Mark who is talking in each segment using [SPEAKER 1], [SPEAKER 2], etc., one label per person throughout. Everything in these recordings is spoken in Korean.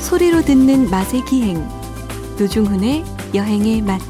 [SPEAKER 1] 소리로 듣는 맛의 기행 노중훈의 여행의 맛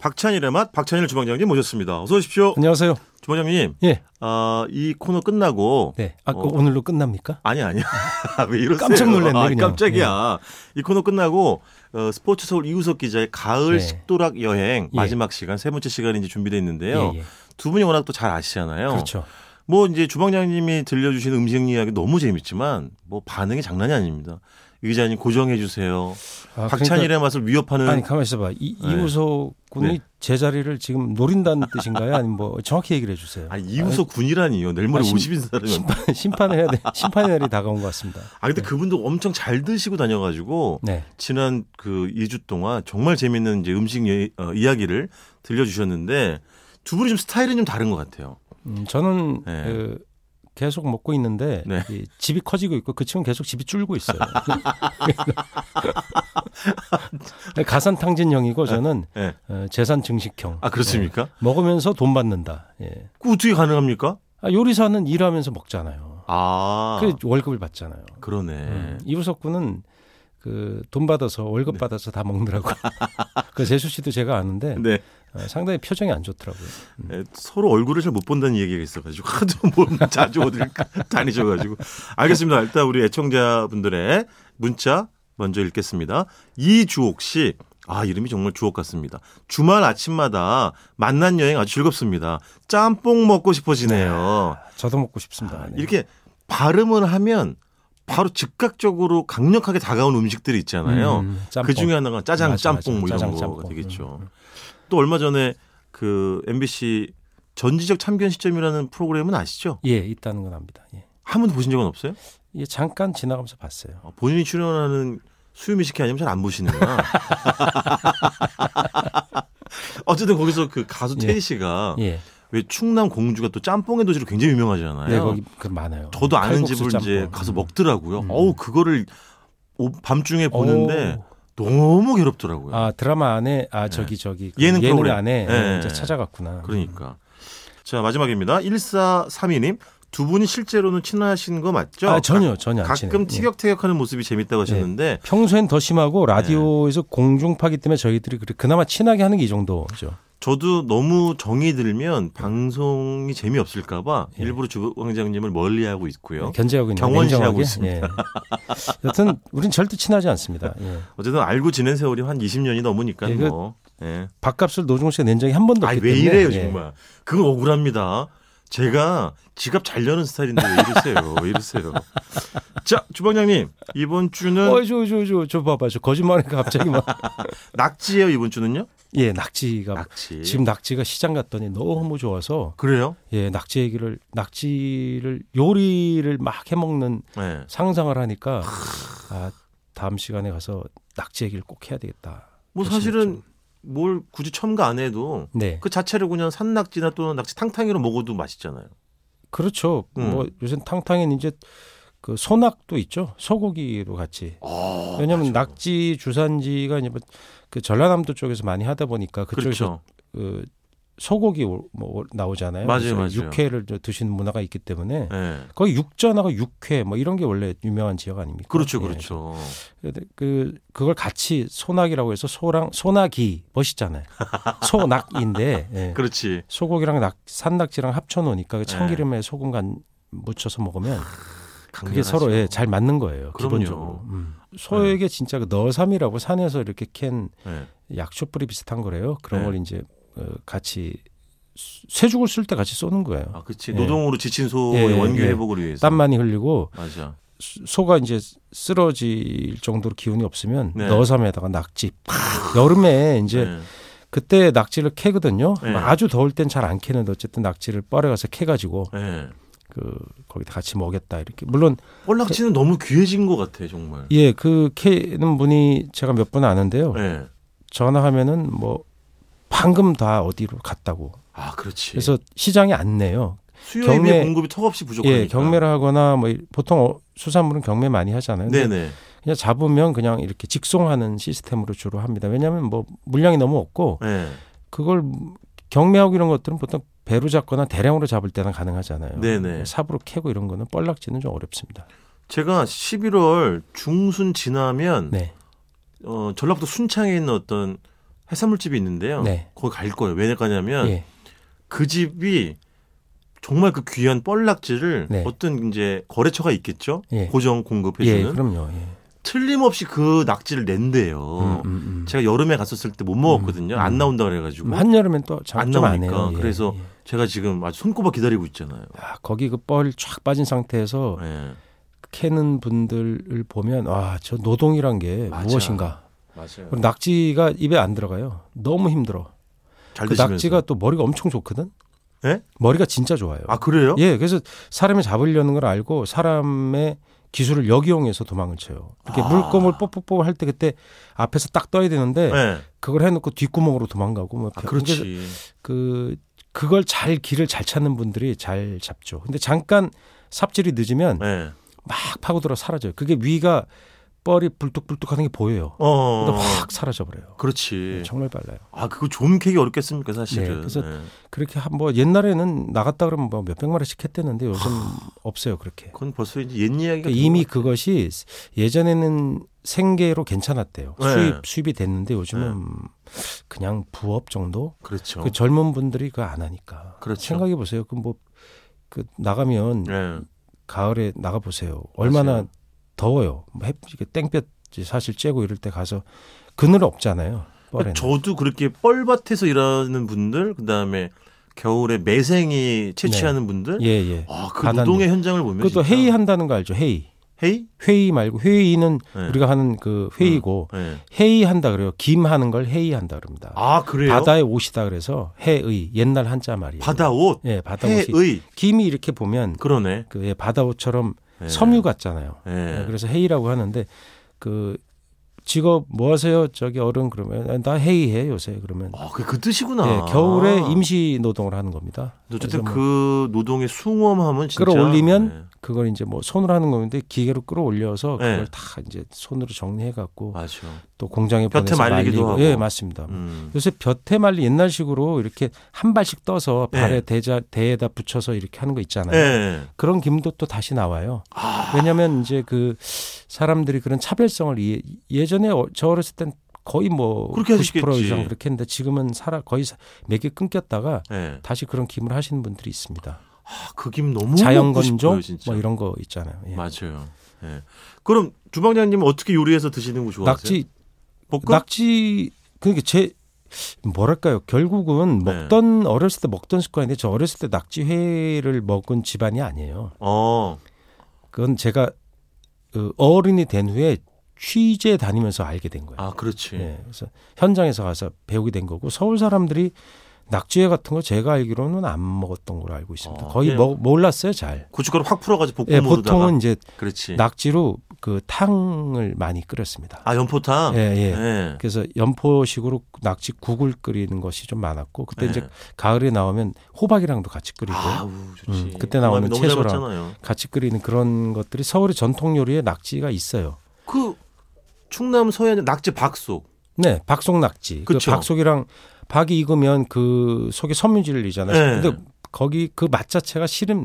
[SPEAKER 2] 박찬일의 맛 박찬일 주방장님 모셨습니다. 어서 오십시오.
[SPEAKER 3] 안녕하세요.
[SPEAKER 2] 주방장님,
[SPEAKER 3] 예.
[SPEAKER 2] 아, 이 코너 끝나고
[SPEAKER 3] 네. 아, 그
[SPEAKER 2] 어.
[SPEAKER 3] 오늘로 끝납니까?
[SPEAKER 2] 아니 아니야. 왜 이러세요?
[SPEAKER 3] 깜짝 놀랐네,
[SPEAKER 2] 아,
[SPEAKER 3] 그냥.
[SPEAKER 2] 깜짝이야. 이 코너 끝나고 어, 스포츠 서울 이우석 기자의 가을
[SPEAKER 3] 네.
[SPEAKER 2] 식도락 여행
[SPEAKER 3] 예.
[SPEAKER 2] 마지막 시간 세 번째 시간이 이제 준비돼 있는데요.
[SPEAKER 3] 예, 예.
[SPEAKER 2] 두 분이 워낙 또 잘 아시잖아요.
[SPEAKER 3] 그렇죠.
[SPEAKER 2] 뭐 이제 주방장님이 들려주신 음식 이야기 너무 재밌지만 뭐 반응이 장난이 아닙니다. 유 기자님 고정해 주세요.
[SPEAKER 3] 아,
[SPEAKER 2] 박찬일의 맛을 위협하는
[SPEAKER 3] 그러니까, 아니 가만 있어봐. 이,
[SPEAKER 2] 네.
[SPEAKER 3] 이우석 군이
[SPEAKER 2] 네.
[SPEAKER 3] 제 자리를 지금 노린다는 뜻인가요? 아니면 뭐 정확히 얘기를 해주세요.
[SPEAKER 2] 아니 뭐. 이우석 군이라니요. 내일 모레
[SPEAKER 3] 아, 심-
[SPEAKER 2] 50인 사람이
[SPEAKER 3] 심판 심판을 해야 돼. 심판의 날이 다가온 것 같습니다.
[SPEAKER 2] 아 근데 그분도 엄청 잘 드시고 다녀가지고
[SPEAKER 3] 네.
[SPEAKER 2] 지난 그 2주 동안 정말 재밌는 이제 음식 예- 어, 이야기를 들려주셨는데 두 분이 좀 스타일이 좀 다른 것 같아요.
[SPEAKER 3] 음, 저는
[SPEAKER 2] 네.
[SPEAKER 3] 그, 계속 먹고 있는데
[SPEAKER 2] 네.
[SPEAKER 3] 이 집이 커지고 있고 그 친구 는 계속 집이 줄고 있어요. 가산 탕진형이고 저는
[SPEAKER 2] 예.
[SPEAKER 3] 어, 재산 증식형.
[SPEAKER 2] 아 그렇습니까?
[SPEAKER 3] 먹으면서 돈 받는다. 예.
[SPEAKER 2] 그 어떻게 가능합니까?
[SPEAKER 3] 아, 요리사는 일하면서 먹잖아요.
[SPEAKER 2] 아
[SPEAKER 3] 그 월급을 받잖아요.
[SPEAKER 2] 그러네.
[SPEAKER 3] 음, 이우석 군은 그 돈 받아서 월급
[SPEAKER 2] 네.
[SPEAKER 3] 받아서 다 먹느라고. 그 재수 씨도 제가 아는데
[SPEAKER 2] 네.
[SPEAKER 3] 어, 상당히 표정이 안 좋더라고요.
[SPEAKER 2] 에, 서로 얼굴을 잘 못 본다는 얘기가 있어가지고 하도 뭘 자주 어딜 다니셔가지고 알겠습니다. 일단 우리 애청자분들의 문자 먼저 읽겠습니다. 이주옥 씨. 아, 이름이 정말 주옥 같습니다. 주말 아침마다 만난 여행 아주 즐겁습니다. 짬뽕 먹고 싶어지네요.
[SPEAKER 3] 저도 먹고 싶습니다. 네.
[SPEAKER 2] 아, 이렇게 발음을 하면 바로 즉각적으로 강력하게 다가온 음식들이 있잖아요.
[SPEAKER 3] 음, 짬뽕.
[SPEAKER 2] 그 중에 하나가 짜장
[SPEAKER 3] 맞아, 맞아.
[SPEAKER 2] 짬뽕 뭐 이런
[SPEAKER 3] 짜장
[SPEAKER 2] 거가
[SPEAKER 3] 짬뽕. 음,
[SPEAKER 2] 되겠죠. 또 얼마 전에 그 MBC 전지적 참견 시점이라는 프로그램은 아시죠?
[SPEAKER 3] 예, 있다는 건 압니다. 예.
[SPEAKER 2] 한 번도 보신 적은 없어요?
[SPEAKER 3] 예, 잠깐 지나가면서 봤어요.
[SPEAKER 2] 아, 본인이 출연하는 수유미 식혜 아니면 잘 안 보시는구나. 어쨌든 거기서 그 가수
[SPEAKER 3] 예.
[SPEAKER 2] 테리 씨가
[SPEAKER 3] 예.
[SPEAKER 2] 왜 충남 공주가 또 짬뽕의 도시로 굉장히 유명하잖아요.
[SPEAKER 3] 네, 거기 그 많아요.
[SPEAKER 2] 저도 아는
[SPEAKER 3] 칼국수
[SPEAKER 2] 집을 이제
[SPEAKER 3] 짬뽕.
[SPEAKER 2] 가서 먹더라고요.
[SPEAKER 3] 음.
[SPEAKER 2] 어우 그거를 오- 밤중에 보는데
[SPEAKER 3] 오.
[SPEAKER 2] 너무 괴롭더라고요.
[SPEAKER 3] 아, 드라마 안에 아, 저기 저기 그
[SPEAKER 2] 네. 예능 프로그램.
[SPEAKER 3] 안에
[SPEAKER 2] 예.
[SPEAKER 3] 이제 찾아갔구나.
[SPEAKER 2] 그러니까. 자, 마지막입니다. 1432님. 두 분이 실제로는 친하신 거 맞죠?
[SPEAKER 3] 아, 전혀 전혀 안 친해요.
[SPEAKER 2] 가끔
[SPEAKER 3] 예.
[SPEAKER 2] 티격태격하는 모습이 재밌다고 하셨는데
[SPEAKER 3] 평소엔 더 심하고 라디오에서
[SPEAKER 2] 네.
[SPEAKER 3] 공중파기 때문에 저희들이 그래- 그나마 친하게 하는 게 이 정도죠.
[SPEAKER 2] 저도 너무 정이 들면 방송이 재미없을까봐
[SPEAKER 3] 예.
[SPEAKER 2] 일부러 주방장님을 멀리하고 있고요.
[SPEAKER 3] 견제하고 있는
[SPEAKER 2] 경원시하고
[SPEAKER 3] 냉정하게.
[SPEAKER 2] 있습니다.
[SPEAKER 3] 예. 여튼 우린 절대 친하지 않습니다. 예.
[SPEAKER 2] 어쨌든 알고 지낸 세월이 한 20년이 넘으니까
[SPEAKER 3] 예, 그-
[SPEAKER 2] 뭐. 예.
[SPEAKER 3] 밥값을 노중훈 씨가 낸 적이 한 번도
[SPEAKER 2] 아니
[SPEAKER 3] 없기
[SPEAKER 2] 왜
[SPEAKER 3] 때문에.
[SPEAKER 2] 이래요
[SPEAKER 3] 예.
[SPEAKER 2] 정말. 그건 억울합니다. 제가 지갑 잘 여는 스타일인데 왜 이러세요? 왜 이러세요? 자, 주방장님 이번 주는
[SPEAKER 3] 어이 저저저저 봐봐 저 거짓말이니까 갑자기 막.
[SPEAKER 2] 낙지예요 이번 주는요?
[SPEAKER 3] 예 낙지가
[SPEAKER 2] 낙지.
[SPEAKER 3] 지금 낙지가 시장 갔더니 너무 좋아서
[SPEAKER 2] 그래요?
[SPEAKER 3] 예 낙지 얘기를 낙지를 요리를 막 해먹는
[SPEAKER 2] 네.
[SPEAKER 3] 상상을 하니까 아 다음 시간에 가서 낙지 얘기를 꼭 해야 되겠다.
[SPEAKER 2] 뭐 사실은 뭘 굳이 첨가 안 해도
[SPEAKER 3] 네
[SPEAKER 2] 그 자체를 그냥 산낙지나 또는 낙지 탕탕이로 먹어도 맛있잖아요.
[SPEAKER 3] 그렇죠.
[SPEAKER 2] 음.
[SPEAKER 3] 뭐 요새 탕탕엔 이제 그 소낙도 있죠. 소고기로 같이.
[SPEAKER 2] 아,
[SPEAKER 3] 왜냐하면 낙지 주산지가 이제 뭐그 전라남도 쪽에서 많이 하다 보니까
[SPEAKER 2] 그렇죠.
[SPEAKER 3] 그쪽에서 그 소고기 올- 뭐 올- 나오잖아요.
[SPEAKER 2] 맞아요,
[SPEAKER 3] 그래서
[SPEAKER 2] 맞아요.
[SPEAKER 3] 육회를 저 드시는 문화가 있기 때문에
[SPEAKER 2] 네.
[SPEAKER 3] 거기 육전하고 육회 뭐 이런 게 원래 유명한 지역 아닙니까?
[SPEAKER 2] 그렇죠,
[SPEAKER 3] 예.
[SPEAKER 2] 그렇죠.
[SPEAKER 3] 근데 그 그걸 같이 소낙이라고 해서 소랑 소낙이 멋있잖아요. 소낙인데 예.
[SPEAKER 2] 그렇지.
[SPEAKER 3] 소고기랑 낙, 산낙지랑 합쳐 놓으니까
[SPEAKER 2] 네.
[SPEAKER 3] 그 참기름에 소금 간 묻혀서 먹으면 그게
[SPEAKER 2] 강렬하죠.
[SPEAKER 3] 서로 예, 잘 맞는 거예요.
[SPEAKER 2] 아, 그럼요.
[SPEAKER 3] 기본적으로. 음. 소에게 진짜 그 너삼이라고 산에서 이렇게 캔
[SPEAKER 2] 네.
[SPEAKER 3] 약초 뿌리 비슷한 거래요. 그런
[SPEAKER 2] 네.
[SPEAKER 3] 걸 이제 어, 같이 쇠- 쇠죽을 쓸 때 같이 쏘는 거예요.
[SPEAKER 2] 아, 그렇지.
[SPEAKER 3] 예.
[SPEAKER 2] 노동으로 지친 소의
[SPEAKER 3] 예,
[SPEAKER 2] 원기
[SPEAKER 3] 예.
[SPEAKER 2] 회복을 위해서.
[SPEAKER 3] 땀 많이 흘리고
[SPEAKER 2] 맞아.
[SPEAKER 3] 수- 소가 이제 쓰러질 정도로 기운이 없으면
[SPEAKER 2] 네.
[SPEAKER 3] 너삼에다가 낙지 팍! 여름에 이제
[SPEAKER 2] 네.
[SPEAKER 3] 그때 낙지를 캐거든요.
[SPEAKER 2] 네.
[SPEAKER 3] 아주 더울 땐 잘 안 캐는데 어쨌든 낙지를 뻘에 가서 캐가지고
[SPEAKER 2] 네.
[SPEAKER 3] 그 거기다 같이 먹였다 이렇게 물론
[SPEAKER 2] 볼락지는 너무 귀해진 것 같아, 정말.
[SPEAKER 3] 예 그 캐는 분이 제가 몇 분 아는데요
[SPEAKER 2] 네.
[SPEAKER 3] 전화하면은 뭐 방금 다 어디로 갔다고
[SPEAKER 2] 아, 그렇지.
[SPEAKER 3] 그래서 시장에 안 내요
[SPEAKER 2] 수요에 비해
[SPEAKER 3] 경매-
[SPEAKER 2] 공급이 턱없이 부족하니까.
[SPEAKER 3] 예 경매를 하거나 뭐 이- 보통 어- 수산물은 경매 많이 하잖아요 근데
[SPEAKER 2] 네네.
[SPEAKER 3] 그냥 잡으면 그냥 이렇게 직송하는 시스템으로 주로 합니다 왜냐하면 뭐 물량이 너무 없고
[SPEAKER 2] 네.
[SPEAKER 3] 그걸 경매하고 이런 것들은 보통 배로 잡거나 대량으로 잡을 때는 가능하잖아요 뭐
[SPEAKER 2] 네네.
[SPEAKER 3] 삽으로 캐고 이런 거는 뻘락지는 좀 어렵습니다
[SPEAKER 2] 제가 11월 중순 지나면
[SPEAKER 3] 네.
[SPEAKER 2] 어, 전라북도 순창에 있는 어떤 해산물집이 있는데요.
[SPEAKER 3] 네.
[SPEAKER 2] 거기 갈 거예요. 왜 가냐면
[SPEAKER 3] 예.
[SPEAKER 2] 그 집이 정말 그 귀한 뻘락지를
[SPEAKER 3] 네.
[SPEAKER 2] 어떤 이제 거래처가 있겠죠.
[SPEAKER 3] 예.
[SPEAKER 2] 고정
[SPEAKER 3] 예,
[SPEAKER 2] 공급해주는
[SPEAKER 3] 그럼요. 예.
[SPEAKER 2] 틀림없이 그 낙지를 낸대요.
[SPEAKER 3] 음, 음, 음.
[SPEAKER 2] 제가 여름에 갔었을 때 못 먹었거든요.
[SPEAKER 3] 음, 음.
[SPEAKER 2] 안 나온다 그래가지고
[SPEAKER 3] 음, 한여름엔 또잘안
[SPEAKER 2] 안
[SPEAKER 3] 해요.
[SPEAKER 2] 나오니까
[SPEAKER 3] 예,
[SPEAKER 2] 그래서
[SPEAKER 3] 예.
[SPEAKER 2] 제가 지금 아주 손꼽아 기다리고 있잖아요.
[SPEAKER 3] 아, 거기 그 뻘 쫙 빠진 상태에서
[SPEAKER 2] 예.
[SPEAKER 3] 캐는 분들을 보면 와, 저 노동이란 게
[SPEAKER 2] 맞아.
[SPEAKER 3] 무엇인가.
[SPEAKER 2] 맞아요.
[SPEAKER 3] 그리고 낙지가 입에 안 들어가요. 너무 힘들어.
[SPEAKER 2] 잘
[SPEAKER 3] 그
[SPEAKER 2] 드시면서.
[SPEAKER 3] 낙지가 또 머리가 엄청 좋거든.
[SPEAKER 2] 예?
[SPEAKER 3] 머리가 진짜 좋아요.
[SPEAKER 2] 아 그래요?
[SPEAKER 3] 예, 그래서 사람을 잡으려는 걸 알고 사람의 기술을 역이용해서 도망을 쳐요. 이렇게
[SPEAKER 2] 아.
[SPEAKER 3] 물고물 뽀뽀뽀 할 때 그때 앞에서 딱 떠야 되는데
[SPEAKER 2] 예.
[SPEAKER 3] 그걸 해놓고 뒷구멍으로 도망가고 뭐
[SPEAKER 2] 아
[SPEAKER 3] 별- 그래서
[SPEAKER 2] 그렇지.
[SPEAKER 3] 그 그걸 잘 길을 잘 찾는 분들이 잘 잡죠. 근데 잠깐 삽질이 늦으면
[SPEAKER 2] 예.
[SPEAKER 3] 막 파고들어 사라져요. 그게 위가 뻘이 불뚝불뚝하는 게 보여요.
[SPEAKER 2] 어.
[SPEAKER 3] 근데 확 사라져버려요.
[SPEAKER 2] 그렇지.
[SPEAKER 3] 정말 빨라요.
[SPEAKER 2] 아 그거 좀 캐기 어렵겠습니까 사실은.
[SPEAKER 3] 네, 그래서-
[SPEAKER 2] 예.
[SPEAKER 3] 그렇게 한 뭐 옛날에는 나갔다 그러면 뭐 몇백만 원씩 했대는데 요즘 없어요 그렇게.
[SPEAKER 2] 그건 벌써 이제 옛 이야기가
[SPEAKER 3] 그러니까 이미 그것이 예전에는 생계로 괜찮았대요.
[SPEAKER 2] 네.
[SPEAKER 3] 수입 수입이 됐는데 요즘은 그냥 부업 정도.
[SPEAKER 2] 그렇죠.
[SPEAKER 3] 그 젊은 분들이 그거 안 하니까.
[SPEAKER 2] 그렇죠.
[SPEAKER 3] 생각해 보세요. 그 뭐 그 나가면
[SPEAKER 2] 예.
[SPEAKER 3] 가을에 나가 보세요. 얼마나
[SPEAKER 2] 맞아요.
[SPEAKER 3] 더워요. 뭐 햇- 이렇게 땡볕 사실 쬐고 이럴 때 가서 그늘 없잖아요. 뻘에는.
[SPEAKER 2] 저도 그렇게 뻘밭에서 일하는 분들 그다음에 겨울에 매생이 채취하는 분들
[SPEAKER 3] 예 예.
[SPEAKER 2] 아, 그
[SPEAKER 3] 바다님.
[SPEAKER 2] 네. 노동의 현장을 보면
[SPEAKER 3] 그것도
[SPEAKER 2] 진짜-
[SPEAKER 3] 회의 한다는 거 알죠? 회의.
[SPEAKER 2] 헤이?
[SPEAKER 3] 회의 말고 회의는
[SPEAKER 2] 네.
[SPEAKER 3] 우리가 하는 그 회의고
[SPEAKER 2] 예.
[SPEAKER 3] 회의한다 그래요. 김하는 걸 회의한다 그럽니다.
[SPEAKER 2] 아 그래요?
[SPEAKER 3] 바다에 옷이다 그래서 해의 옛날 한자 말이에요.
[SPEAKER 2] 바다 옷,
[SPEAKER 3] 예, 바다 옷이
[SPEAKER 2] 해의
[SPEAKER 3] 김이 이렇게 보면
[SPEAKER 2] 그러네.
[SPEAKER 3] 그 예, 바다 옷처럼
[SPEAKER 2] 예.
[SPEAKER 3] 섬유 같잖아요.
[SPEAKER 2] 예.
[SPEAKER 3] 예, 그래서 해이라고 하는데 그 직업 뭐 하세요? 저기 어른 그러면 아, 나 해이해 요새 그러면
[SPEAKER 2] 아, 그, 그 뜻이구나.
[SPEAKER 3] 예, 겨울에 임시 노동을 하는 겁니다.
[SPEAKER 2] 어쨌든
[SPEAKER 3] 그래서 뭐
[SPEAKER 2] 그 노동의 숭엄함은 진짜
[SPEAKER 3] 끌어올리면
[SPEAKER 2] 예.
[SPEAKER 3] 그걸 이제 뭐 손으로 하는 건데 기계로 끌어올려서 그걸
[SPEAKER 2] 예.
[SPEAKER 3] 다 이제 손으로 정리해 갖고
[SPEAKER 2] 맞아.
[SPEAKER 3] 또 공장에
[SPEAKER 2] 볕에
[SPEAKER 3] 보내서
[SPEAKER 2] 말리기도
[SPEAKER 3] 말리고.
[SPEAKER 2] 하고.
[SPEAKER 3] 예, 맞습니다.
[SPEAKER 2] 음.
[SPEAKER 3] 요새 볕에 말리 옛날식으로 이렇게 한 발씩 떠서
[SPEAKER 2] 네.
[SPEAKER 3] 발에 대자 대에다 붙여서 이렇게 하는 거 있잖아요.
[SPEAKER 2] 예.
[SPEAKER 3] 그런 김도 또 다시 나와요.
[SPEAKER 2] 아,
[SPEAKER 3] 왜냐하면 이제 그 사람들이 그런 차별성을 이해- 예전에 어- 저 어렸을 땐 거의 뭐
[SPEAKER 2] 그렇게
[SPEAKER 3] 90%
[SPEAKER 2] 하셨겠지.
[SPEAKER 3] 이상 그렇게 했는데 지금은 살아 거의 몇 개 끊겼다가
[SPEAKER 2] 예.
[SPEAKER 3] 다시 그런 김을 하시는 분들이 있습니다.
[SPEAKER 2] 아, 그김 너무 먹고
[SPEAKER 3] 자연건조
[SPEAKER 2] 싶어요, 진짜.
[SPEAKER 3] 뭐 이런 거 있잖아요. 예.
[SPEAKER 2] 맞아요. 예. 그럼 주방장님 은 어떻게 요리해서 드시는 거 좋아하세요?
[SPEAKER 3] 낙지
[SPEAKER 2] 볶음?
[SPEAKER 3] 낙지 그러니까 제 뭐랄까요 결국은
[SPEAKER 2] 네.
[SPEAKER 3] 먹던 어렸을 때 먹던 습관인데 저 어렸을 때 낙지회를 먹은 집안이 아니에요.
[SPEAKER 2] 어.
[SPEAKER 3] 그건 제가 그 어른이 된 후에 취재 다니면서 알게 된 거예요.
[SPEAKER 2] 아, 그렇지.
[SPEAKER 3] 예, 그래서 현장에서 가서 배우게 된 거고 서울 사람들이 낙지회 같은 거 제가 알기로는 안 먹었던 걸로 알고 있습니다.
[SPEAKER 2] 아,
[SPEAKER 3] 거의
[SPEAKER 2] 예.
[SPEAKER 3] 먹- 몰랐어요 잘.
[SPEAKER 2] 고춧가루 확 풀어가지고
[SPEAKER 3] 예,
[SPEAKER 2] 볶음으로다가.
[SPEAKER 3] 보통은 이제
[SPEAKER 2] 그렇지.
[SPEAKER 3] 낙지로 그 탕을 많이 끓였습니다.
[SPEAKER 2] 아, 연포탕.
[SPEAKER 3] 예, 예.
[SPEAKER 2] 예.
[SPEAKER 3] 그래서 연포식으로 낙지 국을 끓이는 것이 좀 많았고 그때
[SPEAKER 2] 예.
[SPEAKER 3] 이제 가을에 나오면 호박이랑도 같이 끓이고
[SPEAKER 2] 아우 좋지.
[SPEAKER 3] 음, 그때 나오는
[SPEAKER 2] 너무
[SPEAKER 3] 채소랑.
[SPEAKER 2] 잘 맞잖아요.
[SPEAKER 3] 같이 끓이는 그런 것들이 서울의 전통 요리에 낙지가 있어요.
[SPEAKER 2] 그 충남 서해는 낙지 박속.
[SPEAKER 3] 네, 박속 낙지. 그
[SPEAKER 2] 그쵸.
[SPEAKER 3] 박속이랑 박이 익으면 그 속에 섬유질이잖아요.
[SPEAKER 2] 예.
[SPEAKER 3] 근데 거기 그 맛 자체가 실은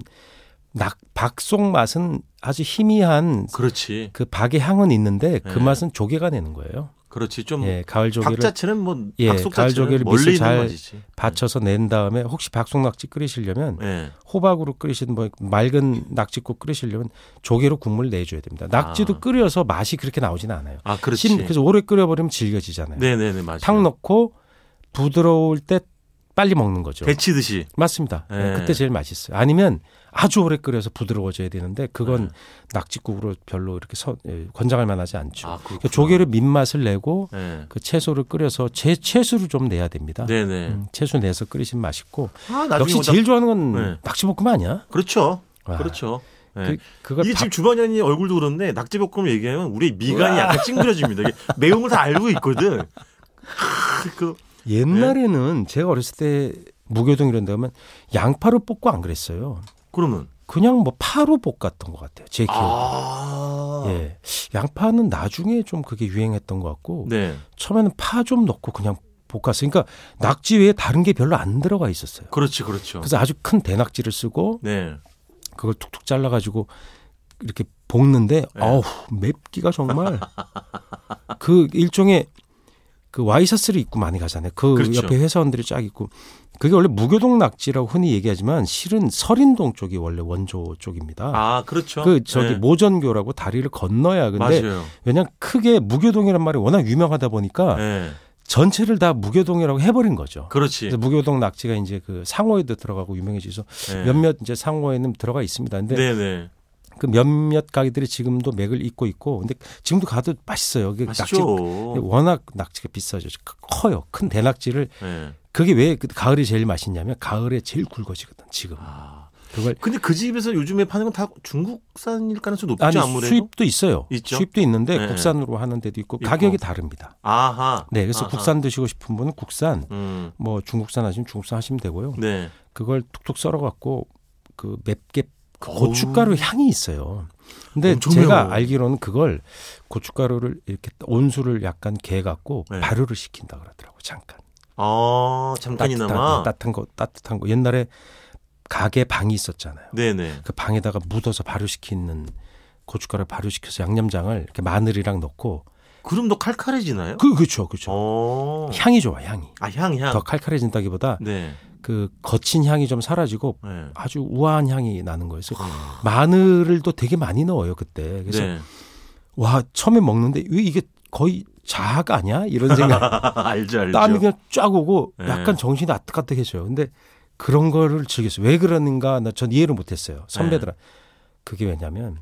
[SPEAKER 3] 낙 박속 맛은 아주 희미한
[SPEAKER 2] 그렇지.
[SPEAKER 3] 그 박의 향은 있는데 그
[SPEAKER 2] 예.
[SPEAKER 3] 맛은 조개가 내는 거예요.
[SPEAKER 2] 그렇지. 좀
[SPEAKER 3] 예, 가을 조개를
[SPEAKER 2] 박 자체는 뭐
[SPEAKER 3] 예,
[SPEAKER 2] 박속
[SPEAKER 3] 가을
[SPEAKER 2] 자체는
[SPEAKER 3] 조개를
[SPEAKER 2] 멀리
[SPEAKER 3] 밑에
[SPEAKER 2] 있는
[SPEAKER 3] 잘
[SPEAKER 2] 맛이지.
[SPEAKER 3] 받쳐서 낸 다음에 혹시 박속 낙지 끓이시려면
[SPEAKER 2] 예.
[SPEAKER 3] 호박으로 끓이신 뭐 맑은 낙지국 끓이시려면 조개로 국물 내줘야 됩니다. 낙지도
[SPEAKER 2] 아.
[SPEAKER 3] 끓여서 맛이 그렇게 나오진 않아요.
[SPEAKER 2] 아, 그렇지.
[SPEAKER 3] 심- 그래서 오래 끓여버리면 질겨지잖아요.
[SPEAKER 2] 네, 네, 네, 맞아요.
[SPEAKER 3] 탕 넣고 부드러울 때 빨리 먹는 거죠.
[SPEAKER 2] 데치듯이.
[SPEAKER 3] 맞습니다.
[SPEAKER 2] 예.
[SPEAKER 3] 그때 제일 맛있어요. 아니면 아주 오래 끓여서 부드러워져야 되는데
[SPEAKER 2] 네.
[SPEAKER 3] 그건 낙지국으로 별로 이렇게 서- 예, 권장할 만하지 않죠.
[SPEAKER 2] 아, 그렇구나.
[SPEAKER 3] 그러니까 조개를 민맛을 내고
[SPEAKER 2] 예.
[SPEAKER 3] 그 채소를 끓여서 제 채수를 좀 내야 됩니다.
[SPEAKER 2] 네, 네.
[SPEAKER 3] 음, 채수 내서 끓이시면 맛있고
[SPEAKER 2] 아, 나중에
[SPEAKER 3] 역시
[SPEAKER 2] 오다-
[SPEAKER 3] 제일 좋아하는 건
[SPEAKER 2] 네.
[SPEAKER 3] 낙지볶음 아니야?
[SPEAKER 2] 그렇죠.
[SPEAKER 3] 와.
[SPEAKER 2] 그렇죠. 예.
[SPEAKER 3] 그, 그걸
[SPEAKER 2] 이게
[SPEAKER 3] 밥-
[SPEAKER 2] 지금 주방장님 얼굴도 그런데 낙지볶음 얘기하면 우리 미간이 약간 찡그려집니다. 이게 매운 걸 다 알고 있거든. 크, 그
[SPEAKER 3] 옛날에는 제가 어렸을 때 무교동 이런 데 가면 양파로 볶고 안 그랬어요.
[SPEAKER 2] 그러면
[SPEAKER 3] 그냥 뭐 파로 볶았던 것 같아요. 제 기억에.
[SPEAKER 2] 아.
[SPEAKER 3] 예. 양파는 나중에 좀 그게 유행했던 것 같고
[SPEAKER 2] 네.
[SPEAKER 3] 처음에는 파 좀 넣고 그냥 볶았어요. 그러니까 낙지 외에 다른 게 별로 안 들어가 있었어요.
[SPEAKER 2] 그렇지, 그렇죠.
[SPEAKER 3] 그래서 아주 큰 대낙지를 쓰고
[SPEAKER 2] 네.
[SPEAKER 3] 그걸 툭툭 잘라 가지고 이렇게 볶는데 어우 맵기가 정말 그 일종의 그 와이셔츠를 입고 많이 가잖아요. 그
[SPEAKER 2] 그렇죠.
[SPEAKER 3] 옆에 회사원들이 쫙 입고 그게 원래 무교동 낙지라고 흔히 얘기하지만 실은 서린동 쪽이 원래 원조 쪽입니다.
[SPEAKER 2] 아 그렇죠.
[SPEAKER 3] 그 저기
[SPEAKER 2] 네.
[SPEAKER 3] 모전교라고 다리를 건너야 근데
[SPEAKER 2] 맞아요.
[SPEAKER 3] 왜냐 면 크게 무교동이란 말이 워낙 유명하다 보니까
[SPEAKER 2] 네.
[SPEAKER 3] 전체를 다 무교동이라고 해버린 거죠.
[SPEAKER 2] 그렇지.
[SPEAKER 3] 그래서 무교동 낙지가 이제 그 상호에도 들어가고 유명해져서
[SPEAKER 2] 네.
[SPEAKER 3] 몇몇 이제 상호에는 들어가 있습니다. 근데
[SPEAKER 2] 네네.
[SPEAKER 3] 그 몇몇 가게들이 지금도 맥을 잇고 있고 근데 지금도 가도 맛있어요. 이게
[SPEAKER 2] 맞죠.
[SPEAKER 3] 그 워낙 낙지가 비싸죠. 크- 커요. 큰 대낙지를
[SPEAKER 2] 네.
[SPEAKER 3] 그게 왜 그 가을이 제일 맛있냐면 가을에 제일 굵어지거든 지금.
[SPEAKER 2] 아.
[SPEAKER 3] 그걸
[SPEAKER 2] 근데 그 집에서 요즘에 파는 건 다 중국산일 가능성이 높지
[SPEAKER 3] 아니
[SPEAKER 2] 아무래도.
[SPEAKER 3] 수입도 있어요.
[SPEAKER 2] 있죠?
[SPEAKER 3] 수입도 있는데
[SPEAKER 2] 네.
[SPEAKER 3] 국산으로 하는 데도 있고
[SPEAKER 2] 있고.
[SPEAKER 3] 가격이 다릅니다.
[SPEAKER 2] 아하.
[SPEAKER 3] 네, 그래서
[SPEAKER 2] 아하.
[SPEAKER 3] 국산 드시고 싶은 분은 국산,
[SPEAKER 2] 음.
[SPEAKER 3] 뭐 중국산 하시면 중국산 하시면 되고요.
[SPEAKER 2] 네.
[SPEAKER 3] 그걸 툭툭 썰어갖고 그 맵게 그
[SPEAKER 2] 어우.
[SPEAKER 3] 고춧가루 향이 있어요. 근데
[SPEAKER 2] 엄청
[SPEAKER 3] 제가
[SPEAKER 2] 매워.
[SPEAKER 3] 알기로는 그걸 고춧가루를 이렇게 온수를 약간 개 갖고
[SPEAKER 2] 네.
[SPEAKER 3] 발효를 시킨다 그러더라고 잠깐.
[SPEAKER 2] 아
[SPEAKER 3] 따뜻한,
[SPEAKER 2] 잠깐이나마.
[SPEAKER 3] 따뜻한 거 따뜻한 거 옛날에 가게 방이 있었잖아요.
[SPEAKER 2] 네네.
[SPEAKER 3] 그 방에다가 묻어서 발효시키는 고춧가루 발효시켜서 양념장을 이렇게 마늘이랑 넣고
[SPEAKER 2] 그럼 더 칼칼해지나요?
[SPEAKER 3] 그 그렇죠 그렇죠.
[SPEAKER 2] 어.
[SPEAKER 3] 향이 좋아 향이.
[SPEAKER 2] 아 향향.
[SPEAKER 3] 더 칼칼해진다기보다
[SPEAKER 2] 네.
[SPEAKER 3] 그 거친 향이 좀 사라지고
[SPEAKER 2] 네.
[SPEAKER 3] 아주 우아한 향이 나는 거예요. 그래서 마늘을 또 되게 많이 넣어요 그때. 그래서
[SPEAKER 2] 네.
[SPEAKER 3] 와 처음에 먹는데 왜 이게 거의 자아가 아니야 이런 생각.
[SPEAKER 2] 알죠 알죠.
[SPEAKER 3] 땀이 그냥 쫙 오고
[SPEAKER 2] 그렇죠. 네.
[SPEAKER 3] 약간 정신이 아득아득해져요. 근데 그런 거를 즐겼어요. 왜 그러는가 나 전 이해를 못했어요.
[SPEAKER 2] 네.
[SPEAKER 3] 선배들은 그게 왜냐면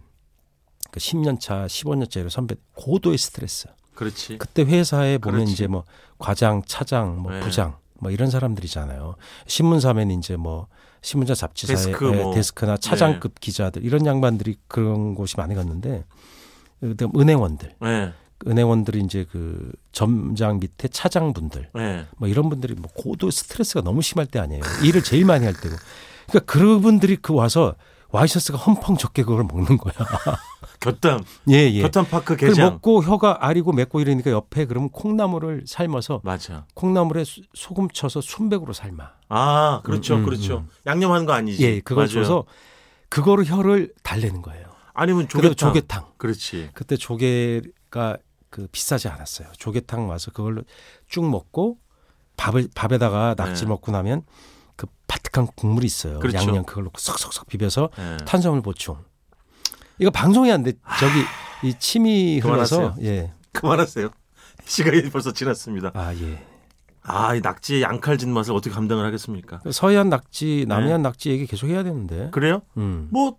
[SPEAKER 3] 그 10년 차, 15년 차 이런 선배 고도의 스트레스.
[SPEAKER 2] 그렇지.
[SPEAKER 3] 그때 회사에 보면
[SPEAKER 2] 그렇지.
[SPEAKER 3] 이제 뭐 과장, 차장, 뭐
[SPEAKER 2] 네.
[SPEAKER 3] 부장 뭐 이런 사람들이잖아요. 신문사면 이제 뭐 신문사 잡지사에
[SPEAKER 2] 데스크
[SPEAKER 3] 예,
[SPEAKER 2] 뭐.
[SPEAKER 3] 데스크나 차장급 기자들 이런 양반들이 그런 곳이 많이 갔는데 그다음 은행원들,
[SPEAKER 2] 네.
[SPEAKER 3] 은행원들이 이제 그 점장 밑에 차장분들
[SPEAKER 2] 네.
[SPEAKER 3] 뭐 이런 분들이 뭐 고도 스트레스가 너무 심할 때 아니에요. 일을 제일 많이 할 때고. 그러니까 그분들이 그 와서 와이셔츠가 험펑 적게 그걸 먹는 거야.
[SPEAKER 2] 곁담.
[SPEAKER 3] 예, 예.
[SPEAKER 2] 곁담파크
[SPEAKER 3] 그걸
[SPEAKER 2] 개장.
[SPEAKER 3] 먹고 혀가 아리고 맵고 이러니까 옆에 그러면 콩나물을 삶아서
[SPEAKER 2] 맞아.
[SPEAKER 3] 콩나물에 수- 소금 쳐서 순백으로 삶아.
[SPEAKER 2] 아 그렇죠
[SPEAKER 3] 음, 음,
[SPEAKER 2] 그렇죠. 양념하는 거 아니지.
[SPEAKER 3] 예, 그걸
[SPEAKER 2] 맞아요.
[SPEAKER 3] 줘서 그거로 혀를 달래는 거예요.
[SPEAKER 2] 아니면
[SPEAKER 3] 그래서
[SPEAKER 2] 조개탕.
[SPEAKER 3] 조개탕.
[SPEAKER 2] 그렇지.
[SPEAKER 3] 그때 조개가 그 비싸지 않았어요. 조개탕 와서 그걸로 쭉 먹고 밥을 밥에다가 낙지
[SPEAKER 2] 네.
[SPEAKER 3] 먹고 나면 그 파특한 국물이 있어요.
[SPEAKER 2] 그렇죠.
[SPEAKER 3] 양념 그걸 넣고 석석석 비벼서
[SPEAKER 2] 예.
[SPEAKER 3] 탄수화물 보충. 이거 방송이 안 돼. 저기 이 침이 흘러서
[SPEAKER 2] 아, 그만하세요.
[SPEAKER 3] 예.
[SPEAKER 2] 그만하세요. 시간이 벌써 지났습니다.
[SPEAKER 3] 아, 예.
[SPEAKER 2] 아, 이 낙지의 양칼진 맛을 어떻게 감당을 하겠습니까?
[SPEAKER 3] 그 서해안 낙지, 남해안 낙지 얘기 계속 해야 되는데.
[SPEAKER 2] 네. 그래요?
[SPEAKER 3] 음.
[SPEAKER 2] 뭐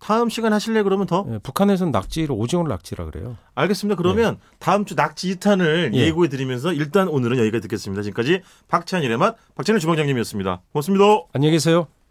[SPEAKER 2] 다음 시간 하실래 그러면 더
[SPEAKER 3] 예, 북한에서는 낙지를 오징어 낙지라 그래요.
[SPEAKER 2] 알겠습니다. 그러면 다음 주 낙지 2탄을
[SPEAKER 3] 예.
[SPEAKER 2] 예고해 드리면서 일단 오늘은 여기까지 듣겠습니다. 지금까지 박찬일의 맛 박찬일 주방장님이었습니다. 고맙습니다.
[SPEAKER 3] 안녕히 계세요.